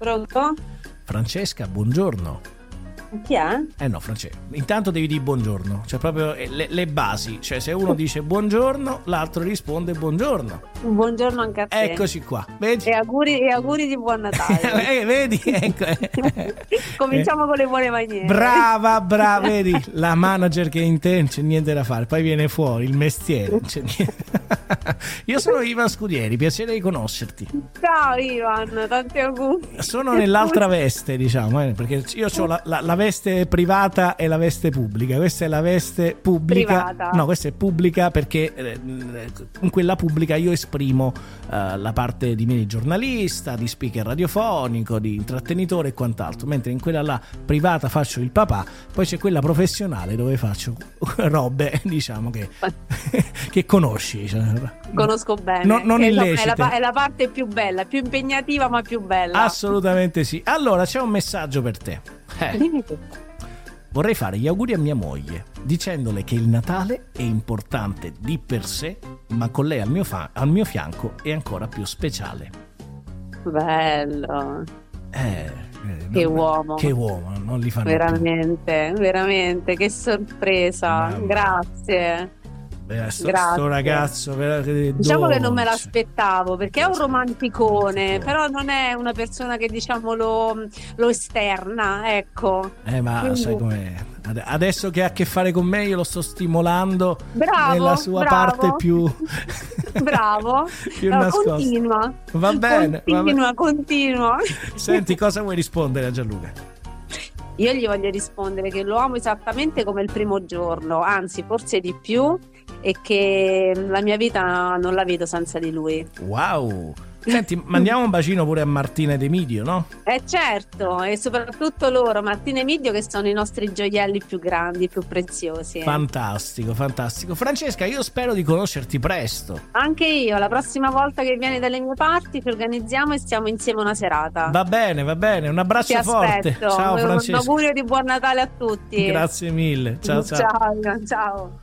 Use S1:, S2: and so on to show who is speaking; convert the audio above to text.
S1: Pronto?
S2: Francesca, buongiorno.
S1: Chi è?
S2: Eh no, Francesca, intanto devi dire buongiorno, cioè proprio eh, le, le basi, cioè se uno dice buongiorno, l'altro risponde buongiorno.
S1: Buongiorno anche a te.
S2: Eccoci qua,
S1: E
S2: vedi?
S1: auguri, e auguri di buon Natale.
S2: Eh, vedi? Ecco.
S1: Cominciamo con le buone
S2: Eh,
S1: maniere.
S2: Brava, brava, vedi? La manager che è in te non c'è niente da fare, poi viene fuori il mestiere. non c'è niente. Io sono Ivan Scudieri, piacere di conoscerti.
S1: Ciao Ivan, tanti auguri.
S2: Sono nell'altra veste, diciamo, eh, perché io ho la, la- la veste privata e la veste pubblica. Questa è la veste pubblica.
S1: Privata.
S2: No, questa è pubblica perché eh, in quella pubblica io esprimo eh, la parte di me di giornalista, di speaker radiofonico, di intrattenitore e quant'altro, mentre in quella là privata faccio il papà, poi c'è quella professionale dove faccio robe, diciamo, che, che conosci. cioè.
S1: Conosco bene.
S2: No- non
S1: Che, insomma, è,
S2: illecite.
S1: la, pa- è la parte più bella, più impegnativa ma più bella.
S2: Assolutamente sì. Allora, c'è un messaggio per te. Eh.
S1: Dimmi tutto.
S2: Vorrei fare gli auguri a mia moglie, dicendole che il Natale è importante di per sé, ma con lei al mio, fa- al mio fianco è ancora più speciale.
S1: Bello,
S2: Eh, eh,
S1: Che
S2: non-
S1: uomo.
S2: Che uomo, non li fanno più.
S1: veramente, veramente, che sorpresa.
S2: Mamma.
S1: Grazie.
S2: Eh, sto,
S1: Grazie.
S2: sto ragazzo, veramente
S1: Diciamo che non
S2: dolce.
S1: me l'aspettavo perché è un romanticone,
S2: Romanticone.
S1: però non è una persona che diciamo lo, lo esterna, ecco.
S2: Eh, ma
S1: Quindi-
S2: sai com'è? Ad- Adesso che ha a che fare con me, io lo sto stimolando
S1: Bravo,
S2: nella sua
S1: bravo.
S2: parte più.
S1: Bravo.
S2: più
S1: Allora,
S2: nascosta.
S1: continua.
S2: Va bene, va bene.
S1: Continua, continua.
S2: Senti, cosa vuoi rispondere a Gianluca?
S1: Io gli voglio rispondere che lo amo esattamente come il primo giorno, anzi forse di più, e che la mia vita non la vedo senza di lui.
S2: Wow! Senti, mandiamo un bacino pure a Martina ed Emidio, no?
S1: Eh certo, e soprattutto loro, Martina e Midio, che sono i nostri gioielli più grandi, più preziosi.
S2: Fantastico, fantastico. Francesca, io spero di conoscerti presto.
S1: Anche io, la prossima volta che vieni dalle mie parti ci organizziamo e stiamo insieme una serata.
S2: Va bene, va bene, un abbraccio
S1: Ti
S2: forte.
S1: aspetto.
S2: Ciao
S1: Un
S2: Francesca.
S1: augurio di buon Natale a tutti.
S2: Grazie mille. ciao. ciao.
S1: ciao.